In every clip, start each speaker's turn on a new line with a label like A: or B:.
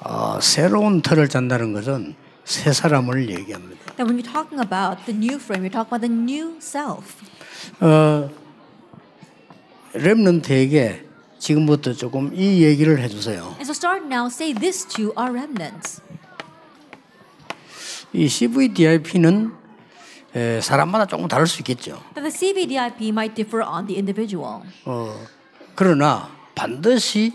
A: 어, 새로운 틀을 짠다는 것은 새 사람을 얘기합니다.
B: Now, when you're talking about the new frame, you're talking about the new self.
A: 어, 렘넌트에게 지금부터 조금 이 얘기를 해주세요.
B: And so, start now, say this to our remnants.
A: 이 CVDIP는 사람마다 조금 다를 수 있겠죠.
B: That the CVDIP might differ on the individual.
A: 어, 그러나 반드시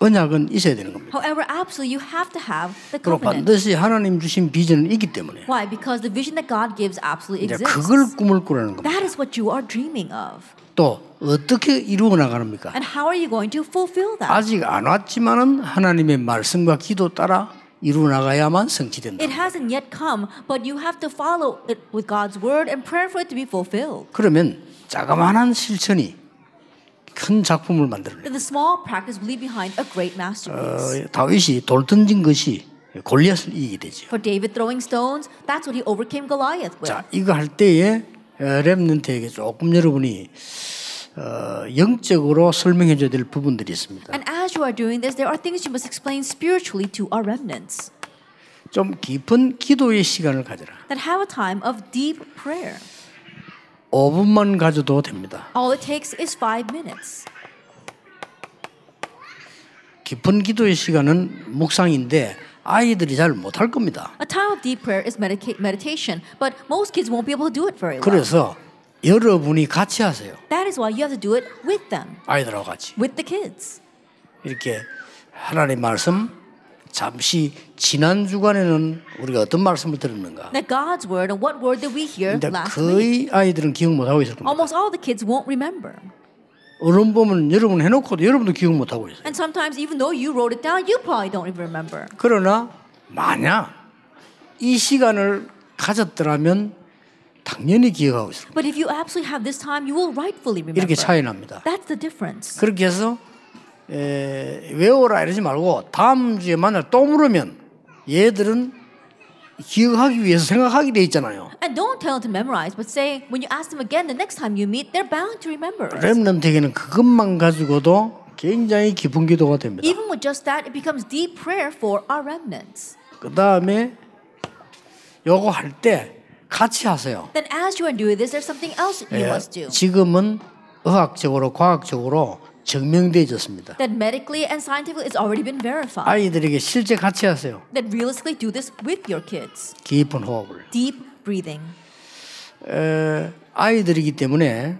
A: 언약은 있어야 되는 겁니다.
B: However, absolutely, you have to have the
A: 그리고
B: covenant.
A: 반드시 하나님 주신 비전은 있기 때문에
B: Why? Because the vision that God gives absolutely
A: 이제
B: exists.
A: 그걸 꿈을 꾸라는 겁니다.
B: That is what you are dreaming of.
A: 또 어떻게 이루어 나가는입니까?
B: And how are you going to fulfill that?
A: 아직 안 왔지만은 하나님의 말씀과 기도 따라 이루어 나가야만 성취된다.
B: It hasn't yet come, but you have to follow it with God's word and prayer for it to be fulfilled.
A: 그러면 자그마한 실천이 큰 작품을 만들어내.
B: That the small practice will leave behind a great masterpiece.
A: 어, 다윗이 돌 던진 것이 골리앗을 이기게 되죠.
B: For David throwing stones, that's what he overcame Goliath with.
A: 자, 이거 할 때에 렘넌트에게 조금 여러분이 어, 영적으로 설명해 줘야 될 부분들이 있습니다.
B: And as you are doing this, there are things you must explain spiritually to our remnants.
A: 좀 깊은 기도의 시간을 가져라.
B: That have a time of deep prayer.
A: 5분만 가져도 됩니다.
B: All it takes is five minutes.
A: 깊은 기도의 시간은 묵상인데 아이들이 잘 못할 겁니다.
B: A time of deep prayer is medica- meditation, but most kids won't be able to do it very well.
A: 그래서 여러분이 같이 하세요.
B: That is why you have to do it with them,
A: 아이들하고 같이.
B: with the kids.
A: 이렇게 하나님 말씀 잠시 지난 주간에는 우리가 어떤 말씀을 들었는가?
B: That God's word and what word did we hear
A: 근데
B: last
A: 거의
B: week?
A: 아이들은 기억 못 하고 있을 겁니다.
B: Almost all the kids won't remember.
A: 어른 보면 여러분 해놓고도 여러분도 기억 못 하고 있어요.
B: And sometimes, even though you wrote it down, you probably don't even remember.
A: 그러나 만약 이 시간을 가졌더라면 당연히 기억하고 있을 겁니다.
B: But if you absolutely have this time, you will rightfully remember.
A: 이렇게 차이 납니다.
B: That's the difference.
A: 그렇게 해서 에, 외워라 이러지 말고 다음 주에 만날 또 물으면 얘들은 기억하기 위해서 생각하게 돼 있잖아요.
B: And don't tell them to memorize, but say when you ask them again the next time you meet, they're bound to remember. it.
A: 렘넌트에게는 그것만 가지고도 굉장히 깊은 기도가 됩니다.
B: Even with just that, it becomes deep prayer for our remnants.
A: 그 다음에 요거 할 때 같이 하세요.
B: Then, as you are doing this, there's something else you
A: 예,
B: must do.
A: 지금은 의학적으로 과학적으로 증명되어졌습니다.
B: That medically and scientifically, it's already been verified.
A: 아이들에게 실제 같이 하세요.
B: That realistically, do this with your kids.
A: 깊은 호흡을.
B: Deep breathing.
A: 에, 아이들이기 때문에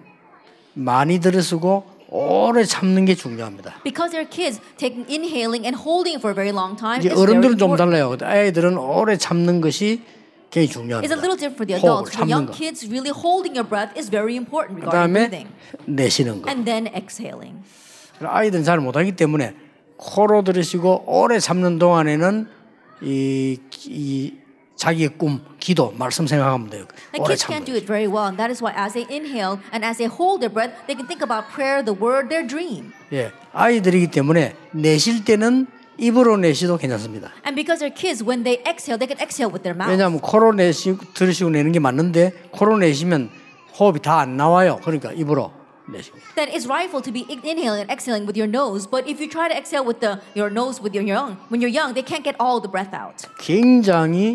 A: 많이 들어쓰고 오래 참는 게 중요합니다.
B: Because they're kids, taking inhaling and holding for a very long time
A: 이제
B: is very
A: 어른들은 좀
B: important.
A: 달라요. 근데 아이들은 오래 참는 것이 굉장히
B: It's a
A: 중요합니다.
B: little different for the
A: 호흡을
B: adults. For
A: 참는
B: young
A: 거.
B: kids, really holding your breath is very important
A: 그
B: regarding
A: 다음에
B: breathing.
A: 내쉬는 거.
B: And then exhaling.
A: 아이들은 잘 못하기 때문에 코로 들으시고 오래 참는 동안에는 이, 이 자기의 꿈, 기도, 말씀 생각하면 돼요.
B: The
A: 오래
B: kids
A: 참는
B: can't do
A: 거예요.
B: it very well, and that is why as they inhale and as they hold their breath, they can think about prayer, the word, their dream.
A: 예, 아이들이기 때문에 내쉴 때는 입으로 내쉬도 괜찮습니다.
B: And because they're kids, when they exhale, they can exhale with their mouth.
A: 왜냐하면 코로 내쉬 들으시고 내는 게 맞는데 코로 내쉬면 호흡이 다 안 나와요. 그러니까 입으로 내쉽니다.
B: Then it's rightful to be in- inhaling and exhaling with your nose, but if you try to exhale with the, your nose with your young, when you're young, they can't get all the breath out.
A: 굉장히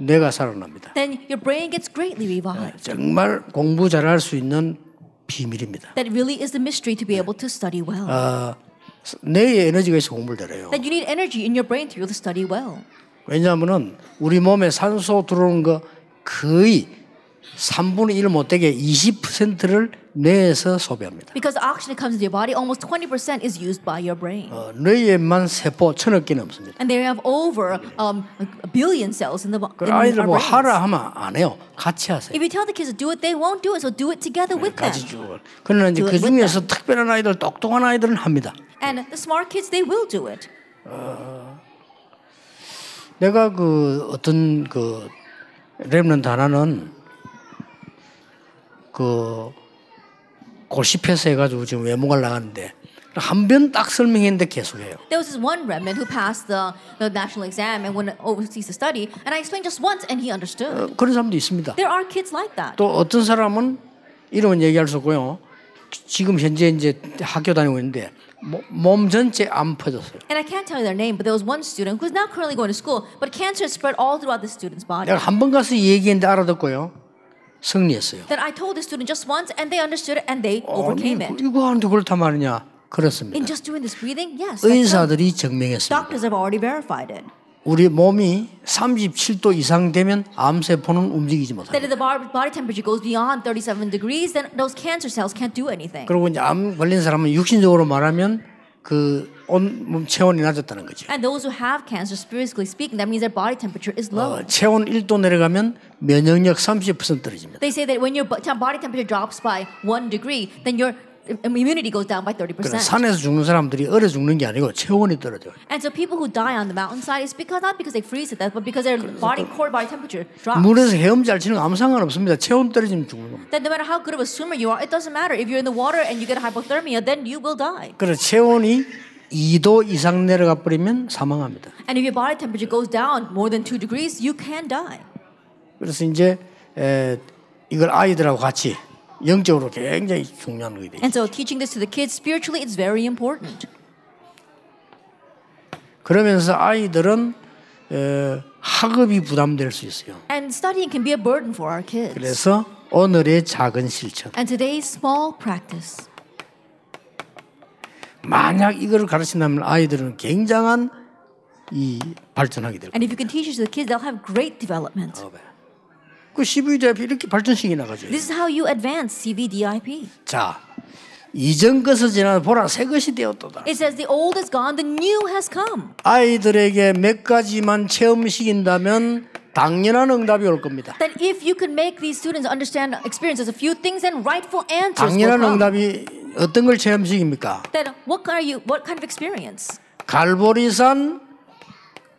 A: 뇌가 살아납니다.
B: Then your brain gets greatly revived.
A: 정말 공부 잘할 수 있는 비밀입니다.
B: That really is the mystery to be able to study well.
A: 뇌의 에너지가 있어 공부를 잘해요.
B: that you need energy in your brain to be able to study well.
A: 왜냐하면은 우리 몸에 산소 들어오는 거 거의 3분의 1 못되게 20%를 뇌에서 소비합니다.
B: Because oxygen that comes into your body, almost 20% is used by your brain.
A: 어, 뇌에만 세포 천억 개 넘습니다.
B: and they have over um, a billion cells in the bo- in
A: 그럼 아이들
B: our
A: 뭐
B: brains.
A: 하라 하면 안 해요. 같이 하세요.
B: If you tell the kids to do it, they won't do it. So do it together with them.
A: 같이 쭉. 그러나 이제
B: Do
A: 그
B: it with
A: 중에서 특별한 아이들, 똑똑한 아이들은 합니다.
B: And the smart kids, they will do it.
A: 내가 그 어떤 그 랩런 단어는 그 고시패스 해가지고 지금 외모가 나가는데 한 번 딱 설명했는데 계속해요.
B: There was this one remnant who passed the, the national exam and went overseas to study, and I explained just once, and he understood.
A: 어, 그런 사람도 있습니다.
B: There are kids like that.
A: 또 어떤 사람은 이름은 얘기할 수 없고요. 지금 현재 이제 학교 다니고 있는데 모- 몸 전체 안 퍼졌어요.
B: And I can't tell you their name, but there was one student who's now currently going to school, but cancer spread all throughout the student's body.
A: 내가 한 번 가서 얘기했는데 알아듣고요. 승리했어요.
B: Then I told the student just once, and they understood it, and they
A: 아니,
B: overcame it.
A: 이거 하는데 그렇단 말이냐?
B: In
A: 그렇습니다.
B: just doing this breathing, yes. that's how-
A: 의사들이 증명했습니다.
B: Doctors have already verified it.
A: 우리 몸이 37도 이상 되면 암세포는 움직이지
B: That
A: 못합니다.
B: if the bar- body temperature goes beyond 37 degrees, then those cancer cells can't do anything.
A: 그리고 이제 암 걸린 사람은 육신적으로 말하면 그 온몸 체온이 낮았다는 거죠.
B: And those who have cancer, spiritually speaking, that means their body temperature is low.
A: 어, 체온 1도 내려가면 면역력 30% 떨어집니다.
B: They say that when your bo- te- body temperature drops by one degree, then your im- immunity goes down by
A: 그러니까
B: 30%.
A: 산에서 죽는 사람들이 얼어 죽는 게 아니고 체온이 떨어져요.
B: And so people who die on the mountainside is because not because they freeze to death, but because their body core body temperature drops.
A: 물에서 헤엄잘 치는 거 아무 상관 없습니다. 체온 떨어지면 죽는 겁니다.
B: That no matter how good of a swimmer you are, it doesn't matter. If you're in the water and you get hypothermia, then you will die.
A: 그래서 체온이 2도 이상 내려가 버리면 사망합니다.
B: And if your body temperature goes down more than two degrees, you can die.
A: 그래서 이제 에, 이걸 아이들하고 같이 영적으로 굉장히 중요한 거게 돼요.
B: And so teaching this to the kids spiritually, it's very important.
A: 그러면서 아이들은 에, 학업이 부담될 수 있어요.
B: And studying can be a burden for our kids.
A: 그래서 오늘의 작은 실천.
B: And today's small practice.
A: 만약 이걸 가르친다면 아이들은 굉장한 이 발전하게 될 거예요.
B: And if you can teach this to the kids, they'll have great
A: Oh.
B: development.
A: 그 CV 대표 이렇게 발전식이 나가죠.
B: This is how you advance CVDIP.
A: 자, 이전 것을 지나 보라 새 것이 되었도다.
B: It says the old is gone, the new has come.
A: 아이들에게 몇 가지만 체험시킨다면 당연한 응답이 올 겁니다.
B: That if you can make these students understand, experience a few things, then rightful answers will
A: 당연한
B: come.
A: 응답이 어떤 걸 체험시킵니까?
B: Then what kind are you? What kind of experience?
A: 갈보리산,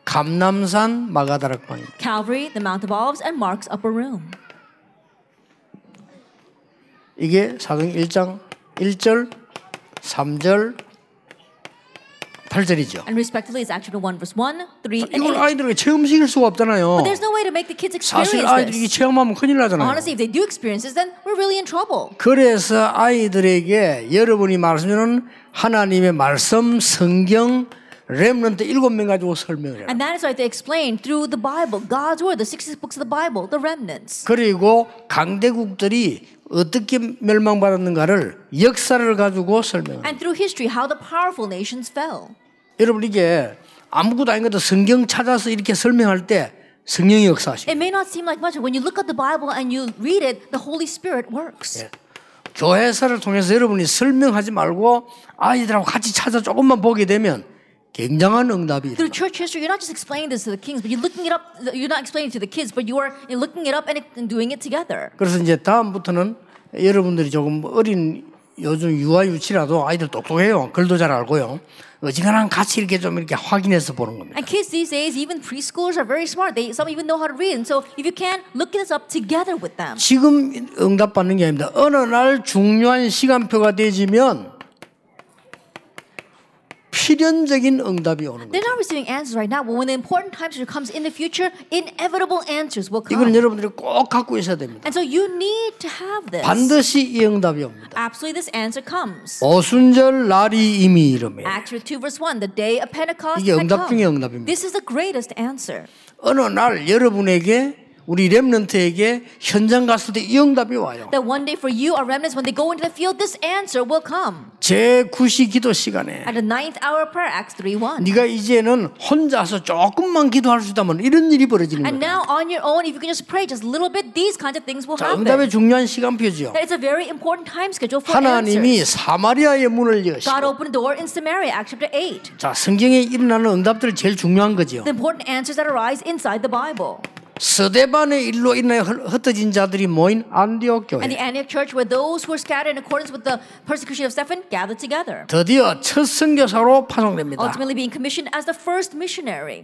A: 감남산, 마가다락방.
B: Calvary, the Mount of Olives, and Mark's upper room.
A: 이게 사도행 1장 1절, 3절, 8절이죠.
B: And respectively, it's actually one verse one, three, and
A: 이걸
B: eight.
A: 아이들에게 체험시킬 수가 없잖아요.
B: But there's no way to make the kids
A: 사실
B: experience
A: 아이들이
B: this.
A: 체험하면 큰일 나잖아요.
B: Honestly, if they do experience this, then we're really in trouble.
A: 그래서 아이들에게 여러분이 말씀드리는 하나님의 말씀, 성경, 렘런트 일곱 명 가지고 설명을 해요.
B: And that is why they explain through the Bible, God's word, the 66 books of the Bible, the remnants.
A: 그리고 강대국들이 어떻게 멸망받았는가를 역사를 가지고 설명을 해요.
B: And through history, how the powerful nations fell.
A: 여러분 이게 아무것도 아닌 것도 성경 찾아서 이렇게 설명할 때 성령이 역사하시고
B: It may not seem like much, but when you look at the Bible and you read it, the Holy Spirit works.
A: 교회사를 통해서 여러분이 설명하지 말고 아이들하고 같이 찾아 조금만 보게 되면 굉장한 응답이 일어나요.
B: Through church history, you're not just explaining this to the kings, but you're looking it up. You're not explaining it to the kids, but you are looking it up and, and doing it together.
A: 그래서 이제 다음부터는 여러분들이 조금 어린 요즘 유아 유치라도 아이들 똑똑해요. 글도 잘 알고요. 어지간한 같이 이렇게 좀 이렇게 확인해서 보는 겁니다.
B: And kids these days, even preschoolers, are very smart. They some even know how to read. And so, if you can look this up together with them.
A: 지금 응답 받는 게 아닙니다. 어느 날 중요한 시간표가 되지면 필연적인 응답이 오는 거예요.
B: They're not receiving answers right now, but when the important time comes in the future, inevitable answers will
A: 이건
B: come.
A: 여러분들이 꼭 갖고 있어야 됩니다.
B: And so you need to have this.
A: 반드시 이 응답이 옵니다.
B: Absolutely, this answer comes.
A: 오순절 날이 이미 이름에
B: Acts 2 verse 1, the day of Pentecost
A: 이게
B: had
A: 응답 중에
B: come.
A: 응답입니다.
B: This is the greatest answer.
A: 어느 날 여러분에게 우리 렘넌트에게 현장 갔을 때 이 응답이 와요.
B: That one day for you, our remnants, when they go into the field, this answer will come.
A: 제 9시 기도 시간에
B: At the ninth hour of prayer, Acts 3 1.
A: 네가 이제는 혼자서 조금만 기도할 수 있다면 이런 일이 벌어지는
B: And
A: 거예요.
B: now on your own, if you can just pray just a little bit, these kinds of things will
A: 자,
B: happen.
A: 응답의 중요한 시간표지요.
B: That it's a very important time schedule for answers.
A: 하나님이 사마리아의 문을
B: God
A: 여시고
B: opened a door in Samaria, Acts chapter 8.
A: 자, 성경에 일어나는 응답들 제일 중요한 거지요.
B: The important answers that arise inside the Bible.
A: 스데반의 일로 인하여 흩- 흩어진 자들이 모인 안디옥 교회.
B: And the Antioch church, where those who were scattered in accordance with the persecution of Stephen gathered together,
A: 드디어 첫 선교사로 파송됩니다.
B: ultimately being commissioned as the first missionary.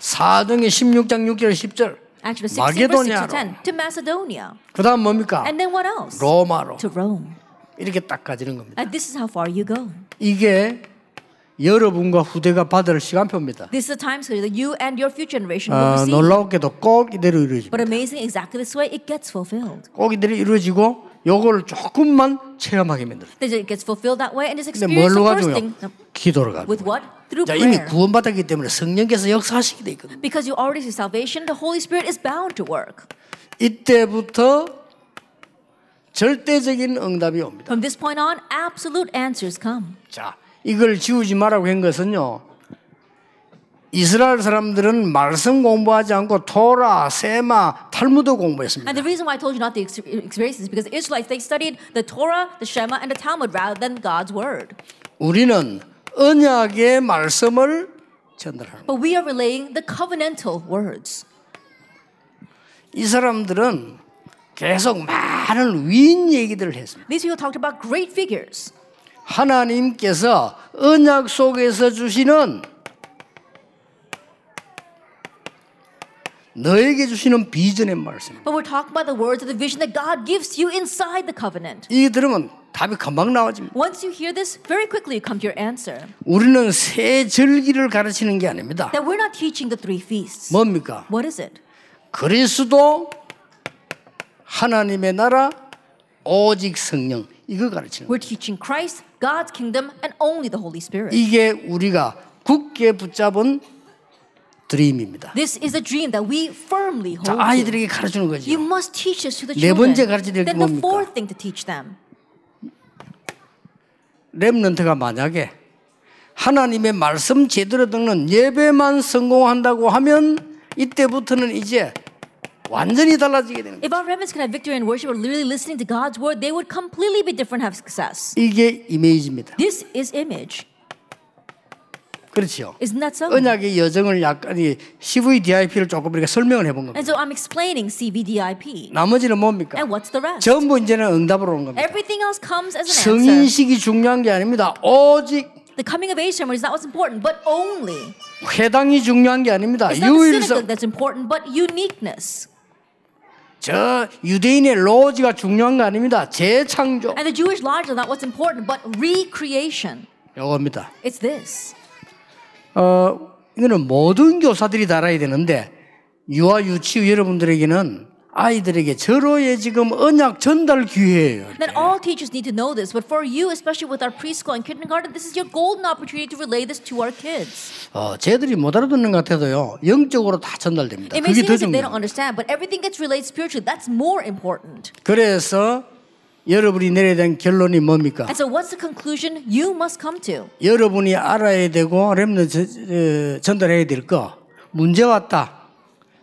A: 사도행전 16장 6절 10절.
B: Actually, 16 verse 6 to
A: 마게도냐로.
B: 10, to Macedonia.
A: 그다음 뭡니까?
B: And then what else?
A: 로마로.
B: To Rome.
A: 이렇게 딱 가지는 겁니다.
B: And this is how far you go.
A: 이게 여러분과 후대가 받을 시간표입니다.
B: This is a time schedule that you and your future generation will
A: 아,
B: receive.
A: 놀라웠게도 꼭 이대로 이루어집니다.
B: But amazing, exactly this way, it gets fulfilled.
A: 꼭 이대로 이루어지고 요걸 조금만 체험하게 만들었다.
B: Then it gets fulfilled that way and it's
A: 근데
B: experienced
A: 뭘로
B: the
A: 가지고요?
B: thirsting.
A: 기도로 가지고.
B: 어. With what? Through
A: 자, 이미
B: prayer.
A: 구원받았기 때문에 성령께서 역사하시게 돼 있거든요.
B: Because you already see salvation, the Holy Spirit is bound to work.
A: 이때부터 절대적인 응답이 옵니다.
B: From this point on, absolute answers come.
A: 자, 이걸 지우지 말라고 한 것은요. 이스라엘 사람들은 말씀 공부하지 않고 토라, 세마, 탈무드 공부했습니다.
B: And the reason why I told you not to ex- experience this is because the Israelites, they studied the Torah, the Shema, and the Talmud rather than God's Word.
A: 우리는 언약의 말씀을 전달하는. 거예요.
B: But we are relaying the covenantal words.
A: 이 사람들은 계속 많은 위인 얘기들을 했습니다.
B: These people talked about great figures.
A: 하나님께서 언약 속에서 주시는 너에게 주시는 비전의 말씀.
B: But we're talking about the words of the vision that God gives you inside the covenant.
A: 이게 들으면 답이 금방 나와집니다.
B: Once you hear this, very quickly you come to your answer.
A: 우리는 새 절기를 가르치는 게 아닙니다.
B: That we're not teaching the three feasts.
A: 뭡니까?
B: What is it?
A: 그리스도 하나님의 나라 오직 성령 이거 가르치는 거예요.
B: We're teaching Christ, God's kingdom, and only the Holy Spirit.
A: 이게 우리가 굳게 붙잡은 드림입니다.
B: This is a dream that we firmly
A: 자,
B: hold. to.
A: 아이들에게 가르치는
B: You
A: 거죠.
B: must teach this to the
A: 네
B: children.
A: 번째 가르쳐야 될게
B: Then
A: 뭡니까?
B: the fourth thing to teach them.
A: 렘넌트가 만약에 하나님의 말씀 제대로 듣는 예배만 성공한다고 하면 이때부터는 이제 완전히 달라지게 되는 거예요.
B: If our remnants could have victory in worship or really listening to God's word, they would completely be different, have success.
A: 이게 이미지입니다.
B: This is image.
A: 그렇지요.
B: Isn't that so?
A: 언약의 여정을 약간 이 CVDIP를 조금 이렇게 설명을 해본 겁니다.
B: And so I'm explaining CVDIP.
A: 나머지는 뭡니까?
B: And what's the rest?
A: 전부 이제는 응답으로 온 겁니다.
B: Everything else comes
A: 네,
B: as an answer.
A: 성인식이 중요한 게 아닙니다. 오직
B: The coming of age ceremony is not what's important, but only.
A: 회당이 중요한 게 아닙니다.
B: It's not the
A: 유일성
B: synagogue that's important, but uniqueness.
A: 저 유대인의 로지가 중요한 거 아닙니다. 재창조
B: And the Jewish lodge is not what's important, but recreation.
A: 요겁니다.
B: It's this.
A: 어 이거는 모든 교사들이 달아야 되는데 유아 유치부 여러분들에게는 아이들에게 절호의 지금 언약 전달 기회예요.
B: Then all teachers need to know this, but for you, especially with our preschool and kindergarten, this is your golden opportunity to relay this to our kids.
A: 어, 쟤들이 못 알아듣는 것 같아도요, 영적으로 다 전달됩니다.
B: It may
A: 그게
B: seem
A: 더
B: as if they
A: 중요해요.
B: don't understand, but everything gets relayed spiritually. That's more important.
A: 그래서 여러분이 내려야 된 결론이 뭡니까?
B: And so, what's the conclusion you must come to?
A: 여러분이 알아야 되고, 렘넌 전달해야 될 거, 문제 왔다.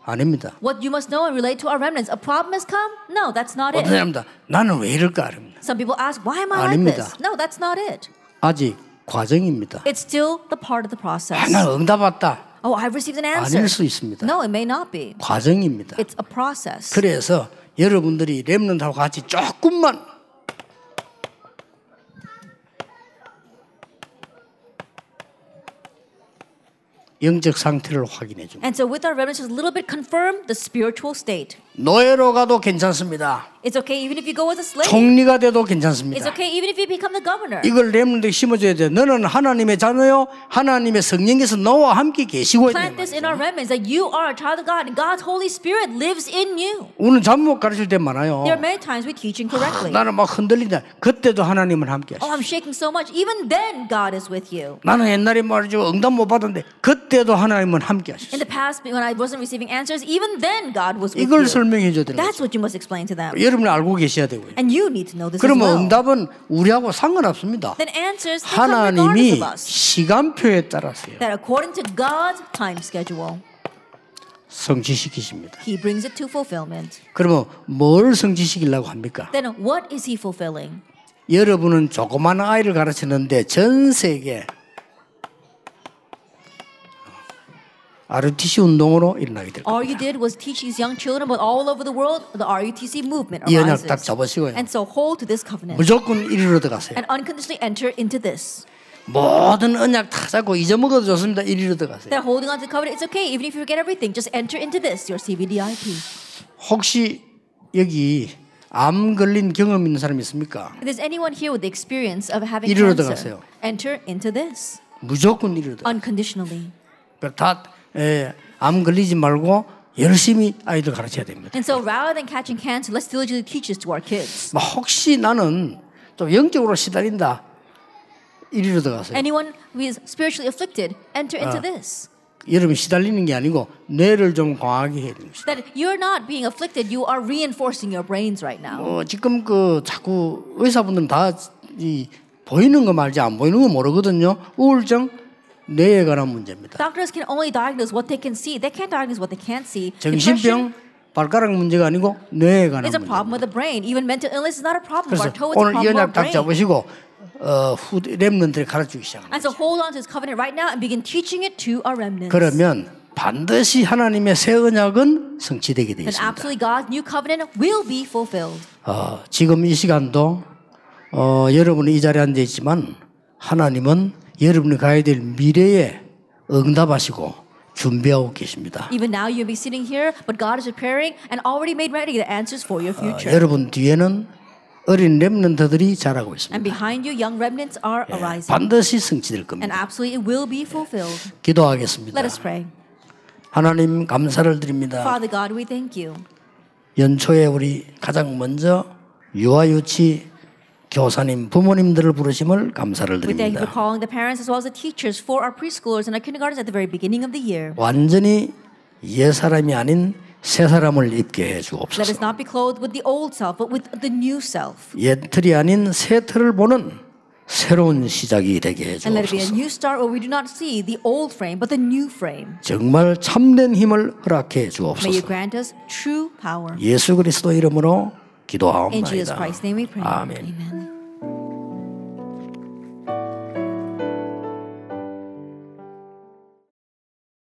A: 아닙니다.
B: What you must know and relate to our remnants. A problem has come? No, that's not
A: 어떤
B: it.
A: 사람다 나는 왜 이럴까? 아닙니다.
B: Some people ask, why am I like
A: 아닙니다.
B: this? No, that's not it.
A: 아직 과정입니다.
B: It's still the part of the
A: 아,
B: process.
A: 난 응답 왔다.
B: Oh, I've received an answer.
A: 아닐 수 있습니다.
B: No, it may not be.
A: 과정입니다.
B: It's a process.
A: 그래서 여러분들이 렘넌트하고 같이 조금만 영적 상태를 확인해 줍니다.
B: And so, with our remnants, just a little bit confirm the spiritual state.
A: 노예로 가도 괜찮습니다.
B: It's okay even if you go as a slave.
A: 총리가 돼도
B: It's
A: 괜찮습니다.
B: okay even if you become the governor.
A: 이걸 렘넌트 심어줘야 돼. 너는 하나님의 자녀요. 하나님의 성령께서 너와 함께 계시고 있는
B: Plant this
A: 거예요.
B: in our remnants that you are a child of God and God's Holy Spirit lives in you.
A: 오늘 잠 못 가르칠 때 많아요.
B: There are many times we teach incorrectly.
A: 나는 막 흔들린다. 그때도 하나님은 함께 하시고.
B: Oh, I'm shaking so much. Even then, God is with you.
A: 나는 옛날에 말이죠. 응답 못 받았는데 그때도 하나님은 함께 하시고.
B: In the past, when I wasn't receiving answers, even then, God was with
A: 이걸
B: you.
A: 설명해 줘야 되는 거죠.
B: That's what you must explain to them.
A: 여러분이 알고 계셔야 되고요.
B: And you need to know this as
A: 그러면
B: well.
A: 응답은 우리하고 상관없습니다.
B: Then answers they come regardless
A: 하나님이
B: of us.
A: 시간표에 따라서요.
B: That according to God's time schedule,
A: 성취시키십니다.
B: He brings it to fulfillment.
A: 그러면 뭘 성취시키려고 합니까?
B: Then what is He fulfilling?
A: 여러분은 조그만 아이를 가르치는데 전 세계 RTC 운동으로 일어나게 될 겁니다.
B: All you did was teach these young children, but all over the world, the RUTC movement
A: 이 언약
B: arises.
A: 딱 잡으시고요.
B: And so hold to this covenant
A: 무조건 이리로 들어가세요.
B: and unconditionally enter into this.
A: 모든 언약 다 잡고 잊어먹어도 좋습니다. 이리로 들어가세요.
B: That holding on to the covenant, it's okay, even if you forget everything, just enter into this, your CVDIP.
A: 혹시 여기 암 걸린 경험 있는 사람 있습니까?
B: If there's anyone here with the experience of having
A: 이리로
B: cancer,
A: 들어가세요.
B: enter into this 아.
A: 무조건 이리로 들어가세요.
B: unconditionally.
A: 다, 예, 암 걸리지 말고 열심히 아이들 가르쳐야 됩니다.
B: And so rather than catching cancer, let's diligently teach this to our kids.
A: 뭐 혹시 나는 좀 영적으로 시달린다 이리로 들어가세요.
B: Anyone who is spiritually afflicted, enter
A: Uh.
B: into this.
A: 여러분 시달리는 게 아니고 뇌를 좀 강하게 해야 됩니다.
B: That you're not being afflicted, you are reinforcing your brains right now.
A: 어, 지금 그 자꾸 의사분들은 다 이 보이는 거 말지 안 보이는 거 모르거든요. 우울증 뇌에 관한 문제입니다.
B: Doctors can only diagnose what they can see. They can't diagnose what they can't see. Depression
A: 정신병 발가락 문제가 아니고 뇌에 관한
B: is a
A: 문제.
B: problem with the brain. Even mental illness is not a problem of
A: 그래서
B: our toe, it's a
A: 오늘 이
B: problem
A: 언약
B: of
A: 딱
B: our brain.
A: 잡으시고 어, 후 렘넌들이 가르치기 시작합니다.
B: And so hold on to this covenant right now and begin teaching it to our remnants.
A: 그러면 반드시 하나님의 새 언약은 성취되게 되어
B: Then
A: 있습니다.
B: absolutely God's new covenant will be fulfilled.
A: 어, 지금 이 시간도 어, 여러분이 이 자리에 앉아 있지만 하나님은 여러분이 가야 될 미래에 응답하시고 준비하고 계십니다.
B: Even now you'll be sitting here, but God is preparing and already made ready the answers for your future.
A: 어, 여러분 뒤에는 어린 렘넌트들이 자라고 있습니다.
B: And behind you, young remnants are arising.
A: 반드시 성취될
B: And
A: 겁니다.
B: absolutely it will be fulfilled.
A: 기도하겠습니다.
B: Let us pray.
A: 하나님 감사를 드립니다.
B: Father God, we thank you.
A: 연초에 우리 가장 먼저 유아유치 교사님 부모님들을 부르심을 감사를
B: We thank you
A: 드립니다.
B: for calling the parents as well as the teachers for our preschoolers and our kindergartens at the very beginning of the year.
A: 완전히 옛 사람이 아닌 새 사람을 입게 해
B: Let
A: 주옵소서.
B: us not be clothed with the old self, but with the new self.
A: 옛 틀이 아닌 새 틀을 보는 새로운 시작이 되게 해
B: And let it be a
A: 주옵소서.
B: new start where we do not see the old frame, but the new frame.
A: 정말 참된 힘을 허락해
B: May you
A: 주옵소서.
B: grant us true power.
A: 예수 그리스도 이름으로
B: In Jesus
A: 기도하옵나이다.
B: Christ's name we pray.
A: 아멘.
B: Amen.